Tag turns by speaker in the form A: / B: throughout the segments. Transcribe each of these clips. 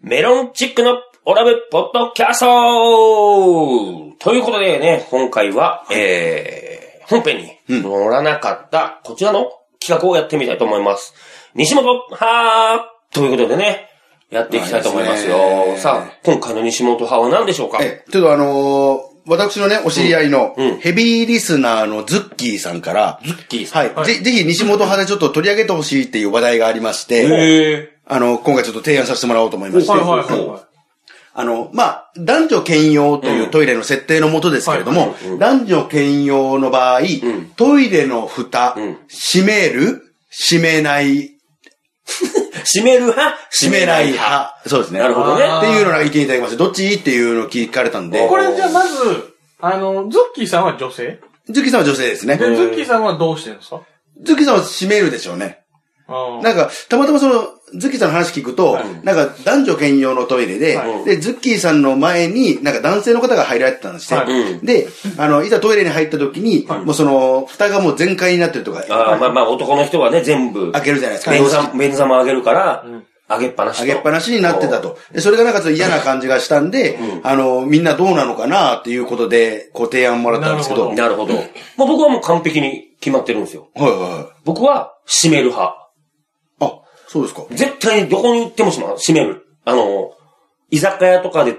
A: メロンチックのオラブポッドキャストということでね、今回は、えー、本編に乗らなかった、こちらの企画をやってみたいと思います。西本派ということでね、やっていきたいと思いますよ。
B: はいですね
A: さあ、今回の西本派は何でしょうか
B: え、ちょっとあのー私のね、お知り合いの
A: うんうん、
B: ヘビーリスナーのズッキーさんから、
A: ズッキーさん。
B: はい、ぜぜひ西本派でちょっと取り上げてほしいっていう話題がありまして、
A: へー
B: あの、今回ちょっと提案させてもらおうと思いまして、
C: はいはいはいはい。
B: あの、まあ、男女兼用というトイレの設定のもとですけれども、男女兼用の場合、トイレの蓋、
A: ん
B: 閉める閉めない、
A: 閉める派
B: 閉めない。派。そうですね。
A: なるほど
C: あ
A: ね
C: ー。
B: っていうのが意見いただきました。どっちっていうのを聞かれたんで
C: こ、れじゃあまず、あの、ズッキーさんは女性
B: ズッキーさんは女性ですね。
C: で、ズッキーさんはどうしてるんですか
B: ズッキーさんは閉めるでしょうね。
C: あ
B: なんか、たまたまその、ズッキーさんの話聞くと、なんか男女兼用のトイレで、
C: は
B: で、ズッキーさんの前に、なんか男性の方が入られてたんですね。
C: はい
A: うん
B: で、あの、いざトイレに入った時に、もうその、蓋がもう全開になってるとか、
A: あーまあまあ、男の人はね、全部。
B: 開けるじゃないですか。
A: 便座、便座も上げるから、上げっぱなしと。
B: 上げっぱなしになってたと。で、それがなんかちょっと嫌な感じがしたんで、あの、みんなどうなのかなっていうことで、ご提案もらったんですけど。
C: な
A: なるほど。もう僕はもう完璧に決まってるんですよ。
B: はいは
A: 僕は、閉める派。
B: い。あ、そうですか。
A: 絶対にどこに行っても閉まる閉める。あの、居酒屋とかで、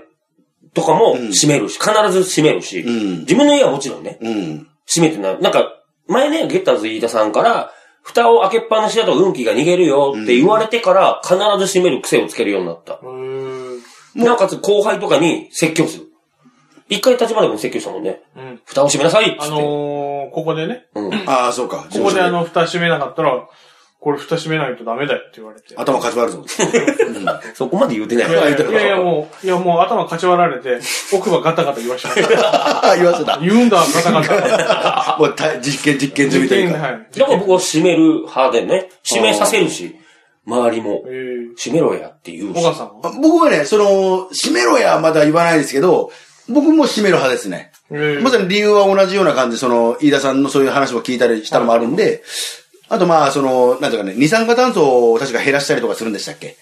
A: とかも閉めるし、必ず閉めるし、
B: ん
A: 自分の家はもちろんね、
B: うん。
A: 閉めてない。なんか、前ね、ゲッターズ飯田さんから、蓋を開けっぱなしだと運気が逃げるよって言われてから、必ず閉める癖をつけるようになった。
C: ーうーん。
A: なおかつ後輩とかに説教する。一回立場でも説教したもんね。
C: うん。
A: 蓋を閉めなさいっつって。
C: あのー、ここでね、
A: うん。
B: ああ、そうか。
C: ここであの、蓋閉めなかったら、これ蓋閉めないとダメだよって言われて。
B: 頭かち割るぞ。
A: そこまで言うてない
C: い。やいやいやいや
A: う。
C: もう、いやもう頭かち割られて、奥歯ガタガタ言わしまし た。
B: あ言わせた。
C: 言うんだ、ガタガタ。
B: もうた実験実験済みというか。
C: はい。
A: だから僕は閉める派でね、閉めさせるし、周りも
C: え、ー、
A: 閉めろやって言う
C: 小
A: し。
C: 川さんは
B: あ僕はね、その、閉めろやはまだ言わないですけど、僕も閉める派ですね。
C: えー
B: まさに理由は同じような感じ、その、飯田さんのそういう話も聞いたりしたのもあるんで、あとまあ、その、なんていうかね、二酸化炭素を確か減らしたりとかするんでしたっけ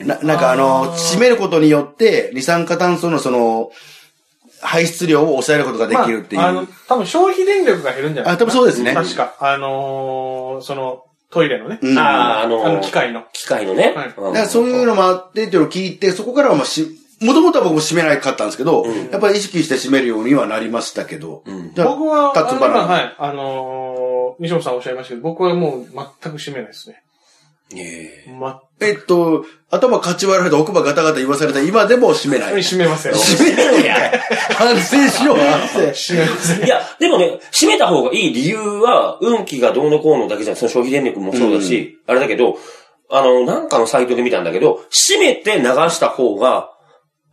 B: な、なんかあの、閉めることによって、二酸化炭素のその、排出量を抑えることができるっていう。
C: まあ、あの、多分消費電力が減るんじゃない
B: あ多分そうですね
C: 確か。あのー、その、トイレのね。
B: うん
A: ああ、あ
C: あ
A: の
C: の、、機械の。
A: 機械のね
C: はい。
A: うん
B: だからそういうのもあってっていうのを聞いて、そこからはまあし、もともとは僕も閉めなかったんですけど、やっぱり意識して閉めるようにはなりましたけど。
A: ん
B: じゃあ
C: 僕は、
B: タッ
C: あ
B: ツ
C: の、
B: バ
C: 今、
B: ナナ。
C: はい、あのー、西本さんおっしゃいましたけど、僕はもう全く閉めないですね。
A: ええ
C: ま、
B: えっと、頭かち割られた奥歯ガタガタ言わされた今でも閉めない。
C: 閉めません。閉
B: 閉めろや反省しろ、反省。
C: めません。
A: いや、でもね、閉めた方がいい理由は、運気がどうのこうのだけじゃなくて、その消費電力もそうだし、あれだけど、あの、なんかのサイトで見たんだけど、閉めて流した方が、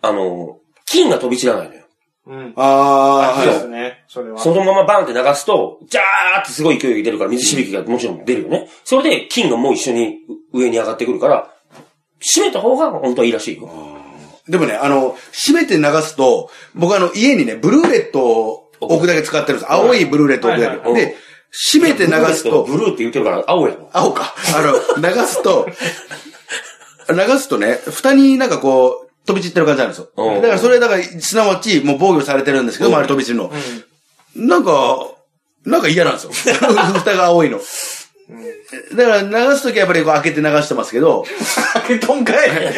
A: あの、菌が飛び散らないのよ。
C: うん。
B: あ
C: そう
B: ー、
C: で
B: は
C: すね、それは。
A: そのままバンって流すと、ジャーってすごい勢いが出るから、水しぶきがもちろん出るよね。それで、菌がもう一緒に上に上がってくるから、閉めた方が本当はいいらしいよ。
B: い。でもね、あの、閉めて流すと、僕あの、家にね、ブルーレットを置くだけ使ってるんです。青いブルーレットを置くだ
C: はい
A: は
B: け。
A: いはい
B: で、閉めて流すと
A: ブ、ルーって言ってるから、青やろ。
B: 青か。あの、流すと、流すとね、蓋になんかこう、飛び散ってる感じなんですよ。
A: うん
B: だからそれ、だから、すなわち、もう防御されてるんですけど、周り飛び散るの。なんか、なんか嫌なんですよ。 蓋が青いの。だから流すときはやっぱりこう開けて流してますけど、
C: 開けとんかい 開け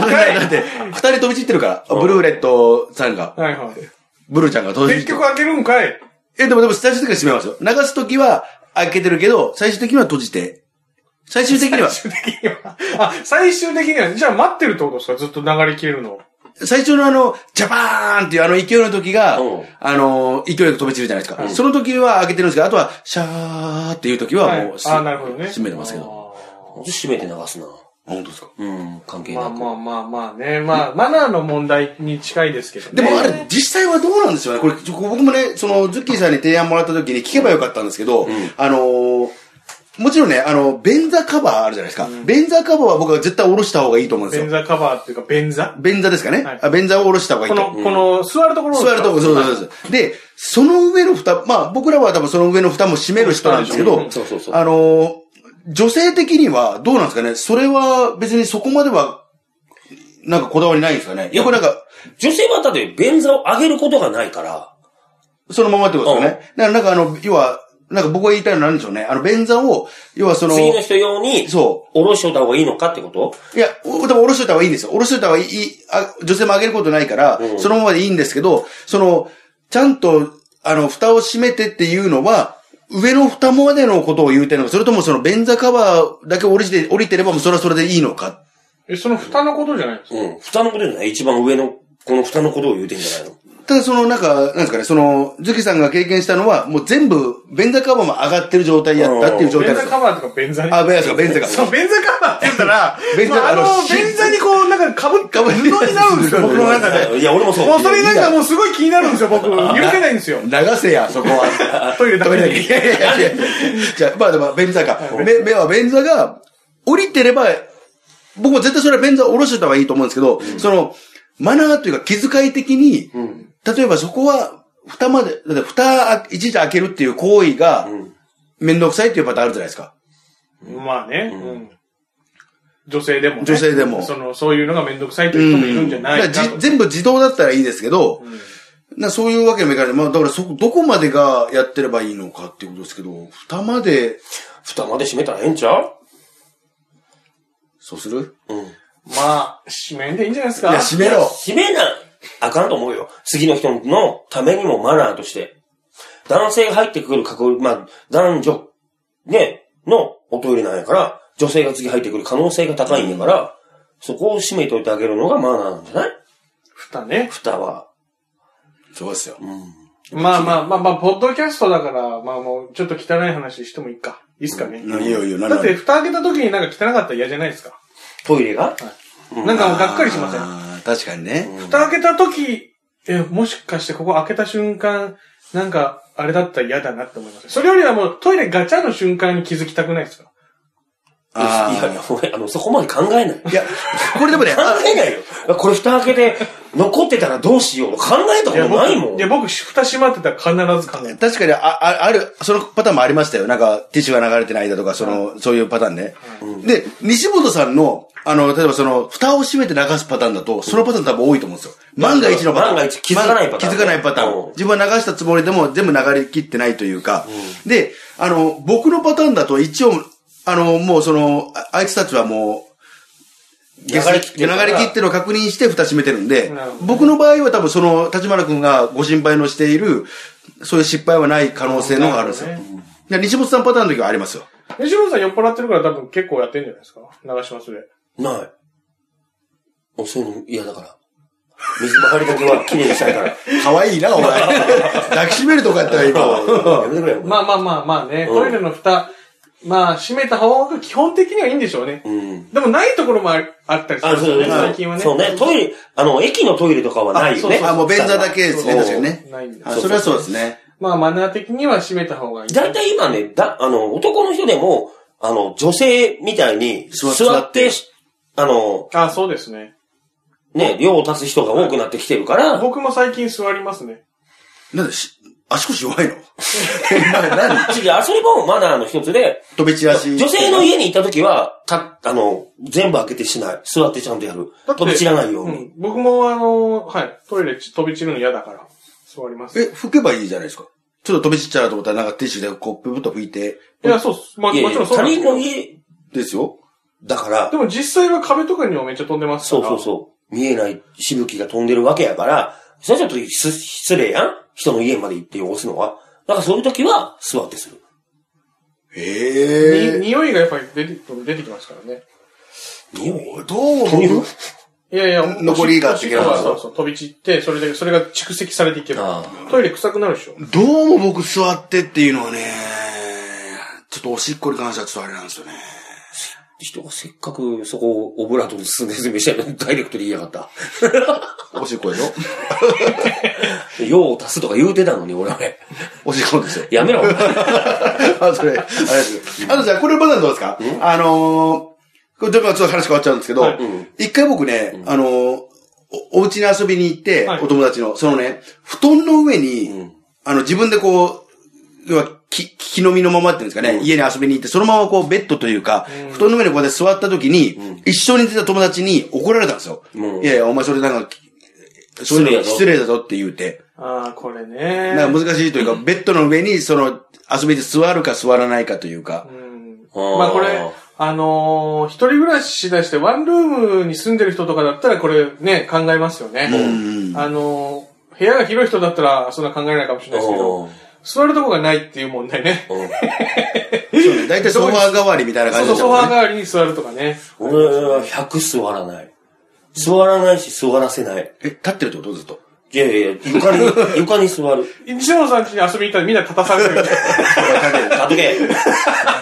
C: とんかい
B: だって、二人飛び散ってるから、ブルーレットさんが、
C: はいはい。
B: ブルーちゃんが飛び散っ
C: 結
B: てる
C: 局。開けるんかい
B: え、でもでも最終的には閉めますよ。流すときは開けてるけど、最終的には閉じて、最終的には、
C: 最終的には。 あ、最終的には、じゃあ待ってるってことですかずっと流れ消えるのを。
B: 最初のあの、ジャパーンっていうあの勢いの時が
A: うん、
B: あの、勢いよく飛び散るじゃないですか。その時は開けてるんですけど、あとは、シャーっていう時は
C: はい。
B: もう、
C: あー、なるほどね。
B: 閉めてますけど。
A: 閉めて流すな。
B: 本当ですか
A: うん、関係
C: ま
A: な
C: あ
A: く。
C: まあまあまあね。まあ、マナーの問題に近いですけどね。
B: でもあれ、実際はどうなんですよね。これ、ちょ僕もね、その、ズッキーさんに提案もらった時に聞けばよかったんですけど、あのーもちろんね、あの、便座カバーあるじゃないですか。便座カバーは僕は絶対下ろした方がいいと思うんです
C: 便
B: よ。
C: 座カバーっていうか、便座
B: 便座ですかね。
C: はい
B: あ便座を下ろした方がいい。
C: ことの、この、座るところ
B: 座るとこ、そうそうそうそう。で、その上の蓋、まあ僕らは多分その上の蓋も閉める人なんですけ
A: う
B: ど
A: ん、そうそうそう
B: あのー、女性的にはどうなんですかねそれは別にそこまではなんかこだわりないんですかね。
A: いや
B: よくなんか、
A: 女性はだって便座を上げることがないから、
B: そのままってことですよね。だからなんかあの、要は、なんか僕が言いたいのはなんでしょうね。あの、便座を、要はその、
A: 次の人用に、
B: そ
A: 下ろしといた方がいいのかってこと
B: いや、おでも下ろしといた方がいいんですよ。下ろしといた方がいい、あ女性も上げることないから、
A: うん
B: そのままでいいんですけど、その、ちゃんと、あの、蓋を閉めてっていうのは、上の蓋までのことを言うてるのか、それともその便座カバーだけ降りて、降りてればもうそれはそれでいいのか。
C: え、その蓋のことじゃないんですか
A: うん。蓋のことじゃない一番上の、この蓋のことを言うてんじゃないの
B: ただその、なんか、なんですかね、その、ズキさんが経験したのは、もう全部、便座カバーも上がってる状態やったっていう状態
C: 便
B: で
C: 座
B: すよ。
C: カバーとか便座に。
B: あ、便座カバー、便座カバー。、
C: そう、便座カバーって言ったら
B: 便座
C: まあ、あ
B: あの
C: の、便座にこう、なんか、かぶっ、かぶ布になるんですよ、僕の中で。
A: いや、俺もそう。
C: もうそれなんかもうすごい気になるんですよ、僕。許せないんですよ。
B: 流せや、そこは。
C: トイレだけに
B: いやいやいやいやじゃあ、まあでも、便座か。目、目は便座が、降りてれば、僕も絶対それは便座を下ろしてた方がいいと思うんですけど、その、マナーというか気遣い的に、例えばそこは、蓋まで、だって蓋、一時開けるっていう行為が、めんどくさいっていうパターンあるじゃないですか。
C: まあね。うん女性でもね。
B: 女性でも
C: その、そういうのがめんどくさいという人もいるんじゃないか
B: だから
C: と
B: じ全部自動だったらいいですけど、なそういうわけにもいかない。まあ、だからそこ、どこまでがやってればいいのかっていうことですけど、蓋まで、
A: 蓋まで閉めたらええんちゃう
B: そうする
A: うん。
C: まあ、締めんでいいんじゃないです
B: い
C: か。
B: や、閉めろ。
A: 閉めな、あかんと思うよ。次の人のためにもマナーとして。男性が入ってくる確率、まあ、男女、ね、のおトイレなんやから、女性が次入ってくる可能性が高いんやから、そこを閉めといてあげるのがマナーなんじゃない
C: 蓋ね。
A: 蓋は。
B: そうですよ。
C: まあまあまあまあ、ポッドキャストだから、まあもう、ちょっと汚い話してもいいか。いいっすかね。
B: いいよいいよ、
C: だって、蓋開けた時になんか汚かったら嫌じゃないですか。
A: トイレが
C: なんかもうがっかりしません。
B: ん。確かにね。
C: 蓋開けた時、え、もしかしてここ開けた瞬間、なんか、あれだったら嫌だなって思います。それよりはもうトイレガチャの瞬間に気づきたくないですか
A: いや、
B: あー
A: いや俺、あの、そこまで考えない。考
B: いや、これでもね、あ
A: えないよ。これ蓋開けて、残ってたらどうしようと考えたこと
C: 僕
A: ないもん。
C: いや、僕、蓋閉まってたら必ず考える。
B: 確かにあ、あ、ある、そのパターンもありましたよ。なんか、ティッシュが流れてないだとか、その、そういうパターンね。で、西本さんの、あの、例えばその、蓋を閉めて流すパターンだと、そのパターン多分多いと思うんですよ。万が一のパターン。
A: 万が一気づかないパターン
B: 気づかないパターン
A: うん
B: 自分は流したつもりでも全部流れ切ってないというか、で、あの、僕のパターンだと一応、あの、もうその、ああいつたちはもう、
A: 流れ切ってる
B: 流
A: から
B: れ切ってるのを確認して蓋閉めてるんで
C: なるほ、ど
B: 僕の場合は多分その、立花君がご心配のしている、そういう失敗はない可能性のがあるんですよ。
C: なるほ
B: で西本さんパターンの時はありま すよ。
C: 西本さん酔っ払ってるから多分結構やってんじゃないですか流しますで。
A: ない。おそういうの嫌だから。水回りだけは綺麗にしたいから。
B: 可愛いな、お前。抱きしめるとかやったらいいと。
A: やめてくれよ。
C: まあまあまあまあね、トイレの蓋、まあ閉めた方が基本的にはいいんでしょうね。
A: うん。
C: でもないところもありあったりする
A: あ、
C: んです
A: そう
C: よね、
A: だね。
C: 最近はね。
A: そうね。トイレ、あの、駅のトイレとかはないよね。
B: あ、もう便座だけですね、
A: そう
B: 確かにね。
C: ないんだ
B: あそれはそうですね。
C: まあマナー的には閉めた方がいい。
A: だいたい今ね、だ、あの、男の人でも、あの、女性みたいに
B: 座
A: 座って、
B: 座っ
A: あの、
C: あ、そうですね。
A: ね、量を足す人が多くなってきてるから、
C: 僕も最近座りますね。
B: なんでし、足腰弱 いのな何
A: 次、あそれもマナーの一つで、
B: 飛び散らし。
A: 女性の家に行った時は、た、あの、全部開けてしない。座ってちゃんとやる。
C: だって
A: 飛び散らないよう
C: う
A: に。
C: ん。僕もあの、はい、トイレち飛び散るの嫌だから、座ります。い
B: え、拭けばいいじゃないですか。ちょっと飛び散っちゃうと思ったら、なんかティッシュでコップぶっと拭いて。
C: や、そうっす。まあ、
A: いや
C: も
A: い
C: ちろ
A: や、
C: んそう
A: 他
C: なんで
A: 人
C: すけど
A: の家
B: ですよ。
A: だから
C: で、も実際は壁とかにもめっちゃ飛んでますか
A: そう
C: ら。
A: そうそう。見えないしぶきが飛んでるわけやから、それはちょっと失失礼やん人の家まで行って汚すのは。だからそういう時は座ってする。
B: へ
C: に
B: え。
C: 匂いがやっぱり出て出てきますからね。
A: 匂い
B: どう
A: 飛ぶ
C: いやいや、
B: 残りが
C: おしっ
B: って
C: こ
B: き
C: が
B: ます
C: そうそう、飛び散って、それで、それが蓄積されていけば、トイレ臭くなるでしょ。
B: どうも僕座ってっていうのはね、ちょっとおしっこに関してはちょっとあれなんですよね。
A: 人がせっかくそこをオブラートに包んで説明したのにダイレクトに言いやが った。
B: おしっこでしょ
A: 用を足すとか言うてたのに俺はね。
B: おしっこですよ。
A: やめろ。
B: あ、それ、あれです。あとじゃあ、これまだどうですかあのー、これ、ちょっと話変わっちゃうんですけど
C: はい、
B: 一回僕ね、あのー、おお家に遊びに行って
C: は、い
B: お友達の、そのね、布団の上に、あの、自分でこう、要は、き、聞き飲みのままっていうんですかね、
A: うん
B: 家に遊びに行って、そのままこう、ベッドというか、
C: うん
B: 布団の上にこうやって座った時に、一緒に出た友達に怒られたんですよ。
A: うん
B: いやいや、お前それなんか、そういうのが失
A: 失
B: 礼だぞって言うて。
C: ああ、これね。
B: なんか難しいというか、ベッドの上に、その、遊びで座るか座らないかというか。
C: うん
A: あー
C: まあこれ、あのー、一人暮らししだしてワンルームに住んでる人とかだったらこれね、考えますよね。
B: うん
C: あのー、部屋が広い人だったらそんな考えないかもしれないですけど、座るとこがないっていう問題ね。
A: うん
B: そうね。大体ソファー代わりみたいな
C: そう
B: 感じで
C: そう、
B: す
C: ソフ
B: よ
C: ァ
B: ね
C: ー代わりに座るとかね。
A: 俺は100座らない。座らないし座らせない。
B: え、立ってるってことずっと。
A: いやいや、床に、床に座る。
C: 西野さん家に遊びに行ったらみんな立たされ る。
A: 立っとけ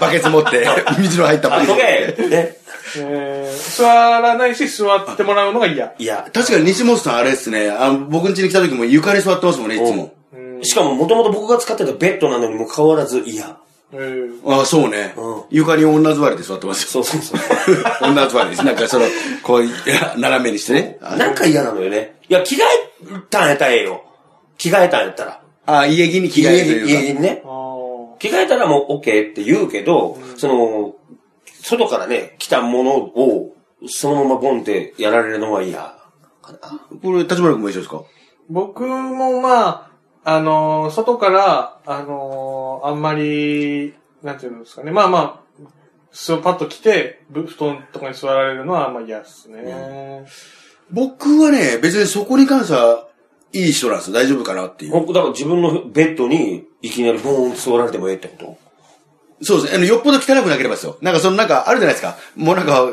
B: バケツ持って、水の入ったバケ
A: 立っと。
B: ツ
A: けね。
C: えー座らないし座ってもらうのが嫌。
A: いや、
B: 確かに西本さんあれですね、あの、僕ん家に来た時も床に座ってますもんね、いつも。
A: しかももともと僕が使ってたベッドなのにも変わらず、いや。
C: うん
B: ああ、そうね
A: うん。
B: 床に女座りで座ってますよ。
A: そうそうそう。
B: 女座りです。なんかその、こう、いや斜めにしてね。あ
A: なんか嫌なのよね。いや、着替えたんやったらええよ。着替えたんやったら。
B: あ、家着に着替えると
A: 家
B: いう
A: にね
C: あ。ー
A: 着替えたらもう OK って言うけど、その、外からね、来たものを、そのままボンってやられるのは嫌かな。
B: か。これ、立花君も一緒ですか
C: 僕もまあ、あのー外から、あのーあんまり、なんていうんですかね、まあまあ、そうパッと来て、ぶ布団とかに座られるのはあんま嫌ですね。
B: 僕はね、別にそこに関しては、いい人なんですよ。大丈夫かなっていう。
A: 僕、だから自分のベッドにいきなりボーンって座られてもええってこと
B: そうですね。あの、よっぽど汚くなければですよ。なんかその、なんかあるじゃないですか。もうなんか、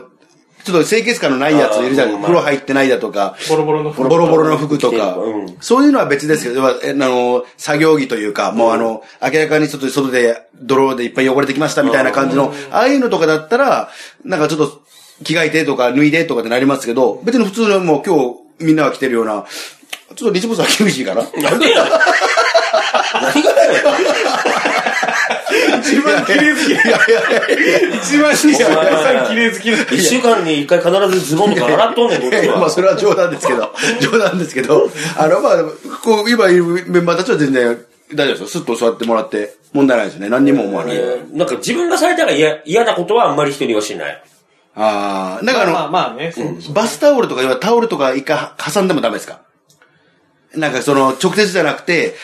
B: ちょっと清潔感のないやついるじゃ
A: あー
B: ん。
A: まあ
B: 風呂入ってないだとか。
C: ボロボロの
B: ボロボロの服とか
A: うん、
B: そういうのは別ですけど、まあえあの、作業着というか、もうあの、明らかにちょっと外で、泥でいっぱい汚れてきましたみたいな感じの、ああいうのとかだったら、なんかちょっと着替えてとか脱いでとかってなりますけど、別に普通のもう今日みんなが着てるような、ちょっと日没は厳しいかな。
A: なんでやねん何がやねん
C: 一番綺麗好
B: いやいやいや
C: き。一番西野さん綺麗好き
A: 一週間に一回必ずズボンとか洗っとんねん、こっ
B: いやい
A: ち
B: や まあ
A: は。
B: それは冗談です けど、冗談ですけど、あのまあ、こう、今いるメンバーたちは全然大丈夫ですよ。スッと座ってもらって、問題ないですよね。何にも思わない。
A: えーなんか自分がされたら嫌嫌なことはあんまり人にはしない。
B: ああ、なんかあの、
C: まあまあね、そう
B: バスタオルとか、要はタオルとか一回は挟んでもダメですかなんかその、直接じゃなくて、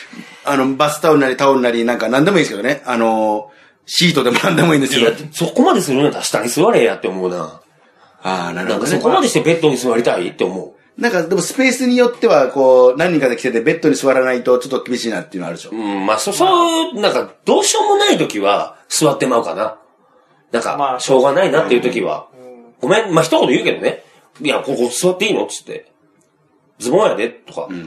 B: あの、バスタオルなりタオルなり、なんか何でもいいですけどね。あの、シートでも何でもいいんです
A: い
B: け
A: や
B: ど。、
A: そこまでするんやったら下に座れやって思うな。
B: ああ、なる
A: なん
B: ほ
A: か
B: ど
A: そ
B: ね
A: こ。までしてベッドに座りたいって思う。
B: なんかでもスペースによっては、こう、何人かで来てて、ベッドに座らないとちょっと厳しいなっていうのあるでしょ。
A: うん、まあ、そ、そう、なんか、どうしようもない時は、座ってまうかな。なん
C: ま
A: か、
C: あ
A: しょうがないなっていう時は。ごめん、まあ、一言言うけどね。いや、ここ座っていいのっつって。ズボンやで、とか。ま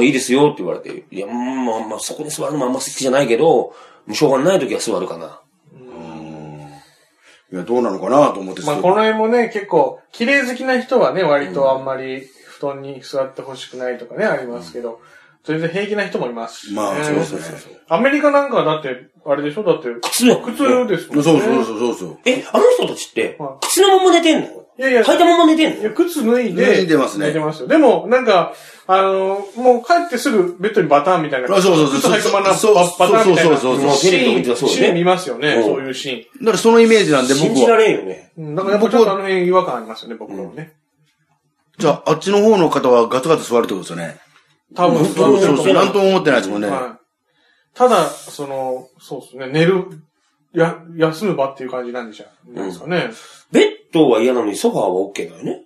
A: あ、いいですよって言われて。いや、うんまあ、まあ、そこに座るのもあんま好きじゃないけど、もうしょうがない時は座るかな。
B: いや、どうなのかなと思って、
C: まあこの辺もね、結構、綺麗好きな人はね、割とあんまり布団に座ってほしくないとかね、ありますけど、全然平気な人もいますし。
B: まあ
C: ね
B: そうそうそうそう
C: アメリカなんかはだって、あれでしょだって、
A: 靴やん
C: 靴ですもん
B: そう
C: ね。
B: そうそうそうそう。
A: え、あの人たちって
C: は、
A: 靴のまま寝てんの
C: いやいや
A: 履いたまま寝てん
C: い
A: の
C: や、靴脱いで。
B: 脱いでますね
C: 脱いでますよ。でも、なんか、あの、もう帰ってすぐベッドにバターンみたいな。
B: あそうそうそう
C: 靴履いたままバ
B: そうそう
C: バターンみたいな。
B: そうそう
A: そうそう
C: シ
A: テレビ見て
C: ー
A: たら
C: ン、
A: そうだよね
C: シーン見ますよね、
A: うん
C: そういうシ
B: だからそのイメージなんで
A: 信
B: 僕
A: じら
B: は。
A: れんよね。
C: ーン。うんだからやっぱちょっとあの辺違和感ありますよね、僕もね。
B: じゃあ、あっちの方の方はガツガツ座るってことですよね。
C: 多分、
A: うん
B: そうそ
A: そ
B: うそうう。なんとも思ってないですもんね。
C: はい。ただ、その、そうですね、寝る、や、休む場っていう感じなんでしょう。なんですかね。
A: ベッドは嫌なのにソファーは OK だよね。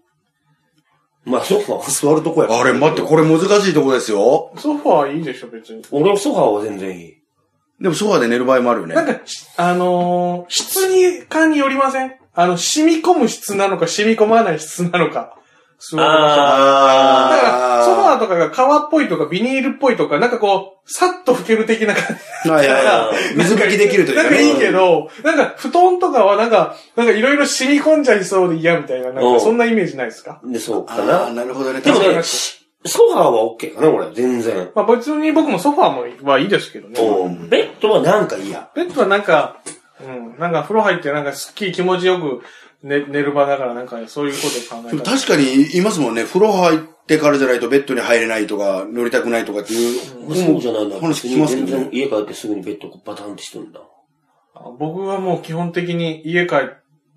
A: まあ、ソファーは座るとこやから
B: あれ、待って、これ難しいとこですよ。
C: ソファーいいでしょ、別に。
A: 俺はソファーは全然いい。
B: でもソファーで寝る場合もあるよね。
C: なんか、しあのー質に、感によりませんあの、染み込む質なのか、染み込まない質なのか。そう
A: あ
C: だから、ソファ
B: あ
C: ーとかが革っぽいとか、ビニールっぽいとか、なんかこう、さっと拭ける的な感
B: ー。はいはいはい。水拭きできると
C: じ。
B: いうか
C: な
B: ね。
C: んかいいけど、なんか、布団とかはなんか、なんかいろいろ染み込んじゃいそうで嫌みたいな、なん
A: うん
C: かそんなイメージないですか
A: で、そうか
B: ああ、
A: な。
B: なるほどね。
A: でも
B: 確
A: ね、
B: か
A: ソファーは OK かな、俺。全然。
C: まあ別に僕もソファーも、はいいですけどね。
A: うんベッドはなんか嫌。
C: ベッドはなんか、うん、なんか風呂入ってなんかすっきり気持ちよく寝寝る場だからなんかそういうことを考え
B: に。
C: たら。
B: 確かにいますもんね。風呂入ってからじゃないとベッドに入れないとか、乗りたくないとかっていう。
A: そうじゃないんだ。
B: 話聞きますけ
A: 全
B: ど
A: 然
B: ね。
A: 家帰ってすぐにベッドバタンってしてるんだ。
C: あ僕はもう基本的に家帰っ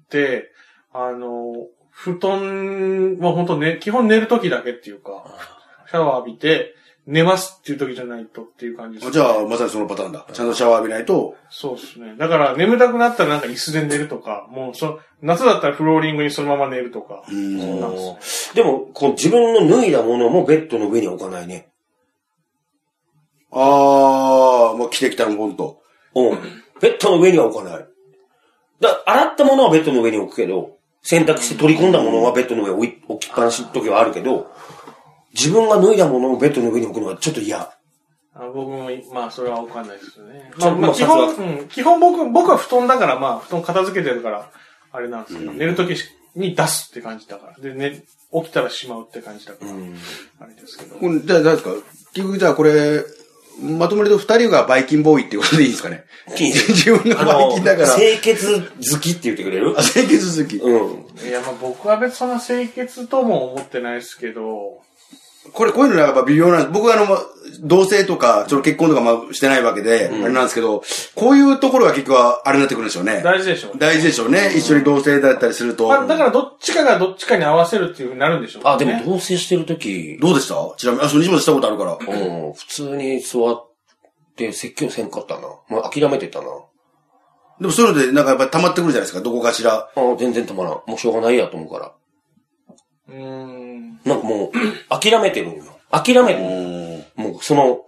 C: て、あの、布団は本当ね、基本寝る時だけっていうか、シャワー浴びて、寝ますっていう時じゃないとっていう感じです。
B: じゃあ、まさにそのパターンだ。ちゃんとシャワー浴びないと、
C: そうですね。だから眠たくなったらなんか椅子で寝るとか、もうそ、夏だったらフローリングにそのまま寝るとか。
B: うん
C: そんなんです
A: でも、こう自分の脱いだものもベッドの上に置かないね。
B: あー、もう着てきたの、ほんと。
A: うん。ベッドの上には置かない。だ洗ったものはベッドの上に置くけど、洗濯して取り込んだものはベッドの上に置い置きっぱなしの時はあるけど、自分が脱いだものをベッドの上に置くのはちょっと嫌。
C: あ僕も、まあ、それはわかんないですよね。
A: ちょ
C: まあ、まあ、基本、
A: まあ
C: うん、基本僕、僕は布団だから、まあ、布団片付けてるから、あれなんですけど、寝るときに出すって感じだから。で、ね、起きたらしまうって感じだから、あれですけど。
B: これじゃあ、何ですか結局じゃあこれ、まとめると二人がバイキンボーイっていうことでいいですかね自分が
A: あ
B: バイ
A: の
B: キンだから、
A: 清潔好きって言ってくれる
B: あ清潔好き。
A: うん。
C: いや、まあ、僕は別にそんな清潔とも思ってないですけど、
B: これ、こういうのやっぱ微妙なんです。僕はあの、ま同棲とか、その結婚とかまあしてないわけで、あれなんですけど、こういうところが結局はあれになってくるんでしょうね。
C: 大事でしょうね。
B: 大事でしょうね。一緒に同棲だったりすると。
C: まあ、だから、どっちかがどっちかに合わせるっていうふうになるんでしょう、ね。
A: あ、でも同棲してる時、
B: どうでしたちなみに、あ、そう、西本したことあるから。
A: うん、普通に座って説教せんかったな。もう諦めてたな。
B: でもそういうので、なんかやっぱり溜まってくるじゃないですか、どこかしら。
A: あ全然止まらん。もうしょうがないやと思うから。
C: うーん。
A: なんかもう、諦めてるんよ。諦めてる。もう、その、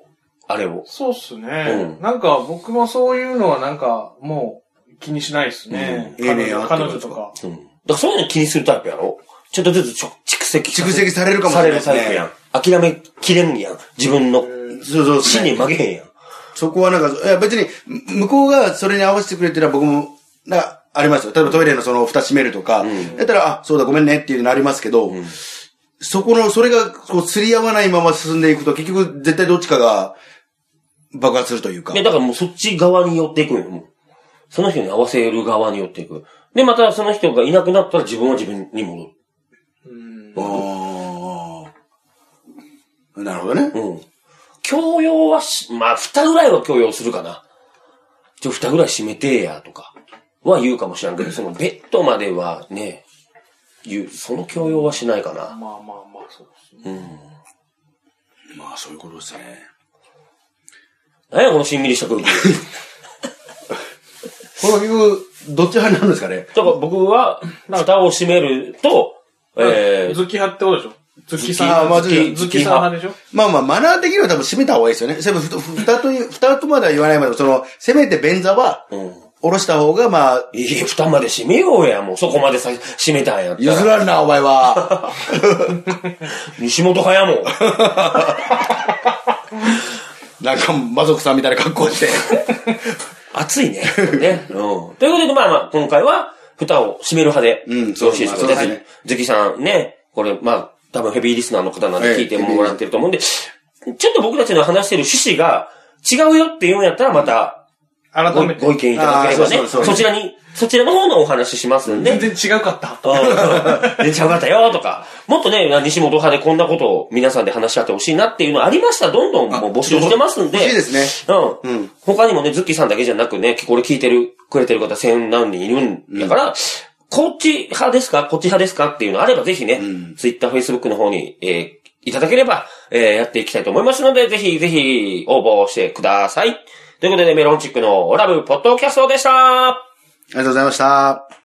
A: あれを。
C: そうっすね、
A: うん
C: なんか、僕もそういうのはなんか、もう、気にしないですね。
B: うんええね
C: 彼女
B: やって
C: 彼
B: る
C: 女
B: こと
C: と
B: か
C: か。
A: うん。だからそういうの気にするタイプやろちょっとずつちょ蓄積
B: 蓄積されるかもしれないです
A: さ
B: ね
A: れるタイプやん。諦めきれんやん。自分の、
B: そうそう
A: 死
B: そう、
A: に曲げへんやん。
B: そこはなんか、いや別に、む向こうがそれに合わせてくれっていうのは僕も、なんか、ありますよ。例えばトイレのその蓋閉めるとか、だったら、あ、そうだ、ごめんねっていうのありますけど、そこの、それが、こう、釣り合わないまま進んでいくと、結局、絶対どっちかが、爆発するというか。
A: で、だからもうそっち側に寄っていくんよ、もう。その人に合わせる側に寄っていく。で、またその人がいなくなったら自分は自分に戻る。
C: うん。
B: ああ。なるほどね。
A: うん。強要はし、まあ、蓋ぐらいは強要するかな。ちょ、蓋ぐらい閉めてや、とか、は言うかもしれんけど、そのベッドまではね、言う、その強要はしないか
C: まあ
A: な。
C: まあまあ、そうですね。
B: まあ、そういうことですね。
A: 何や、このしんみりした空気。
B: これは結局、どっち派になるんですかね。
A: だから僕は、蓋を閉めると、えー、
C: ズッキ派ってことでしょズッキさん
B: あーまあ
C: 派。
B: ズ
C: ズ
B: ッキ
C: ッキさん派でしょ
B: まあまあ、マナー的には多分閉めた方がいいですよね。せめて、ふふ蓋という、蓋とまでは言わないまでも、その、せめて便座は、
A: うん。
B: 下ろした方が、まあ、
A: いい、蓋まで閉めようや、もうそこまでさ、閉めたんやったら。
B: 譲らんな、お前は。
A: 西本派や もん。
B: なんか、魔族さんみたいな格 好して。
A: 暑いね。 ね。うん。ということで、まあまあ、今回は、蓋を閉める派で、
B: うん
A: よろしいでしょ
B: そう
A: か。
B: うで
A: ぜ
B: すね
A: ひ、ズキさんね、これ、まあ、多分ヘビーリスナーの方なんで
B: ええ
A: 聞いてもらってると思うんで、ちょっと僕たちの話してる趣旨が違うよっていうんやったら、またご、
C: 改めて。
A: ご意見いただければ
B: あーそうそう
A: ね、
B: そう
A: そちらに、そちらの方のお話ししますんで、
C: 全然違うかった。
A: うん出ちゃうかったよとか、もっとね、西本派でこんなことを皆さんで話し合ってほしいなっていうのありましたら、どんどんもう募集してますんで。
B: 欲しいです
A: ね。う
B: うん
A: ん。他にもね、ズッキーさんだけじゃなくね、これ聞いてる、くれてる方千何人いるんだから、こっち派ですかこっち派ですかっていうのあれば、ぜひね、ツイッター、フェイスブックの方に、えーいただければ、えーやっていきたいと思いますので、ぜひぜひ応募してください。ということで、メロンチックのオラブポッドキャストでした。
B: ありがとうございました。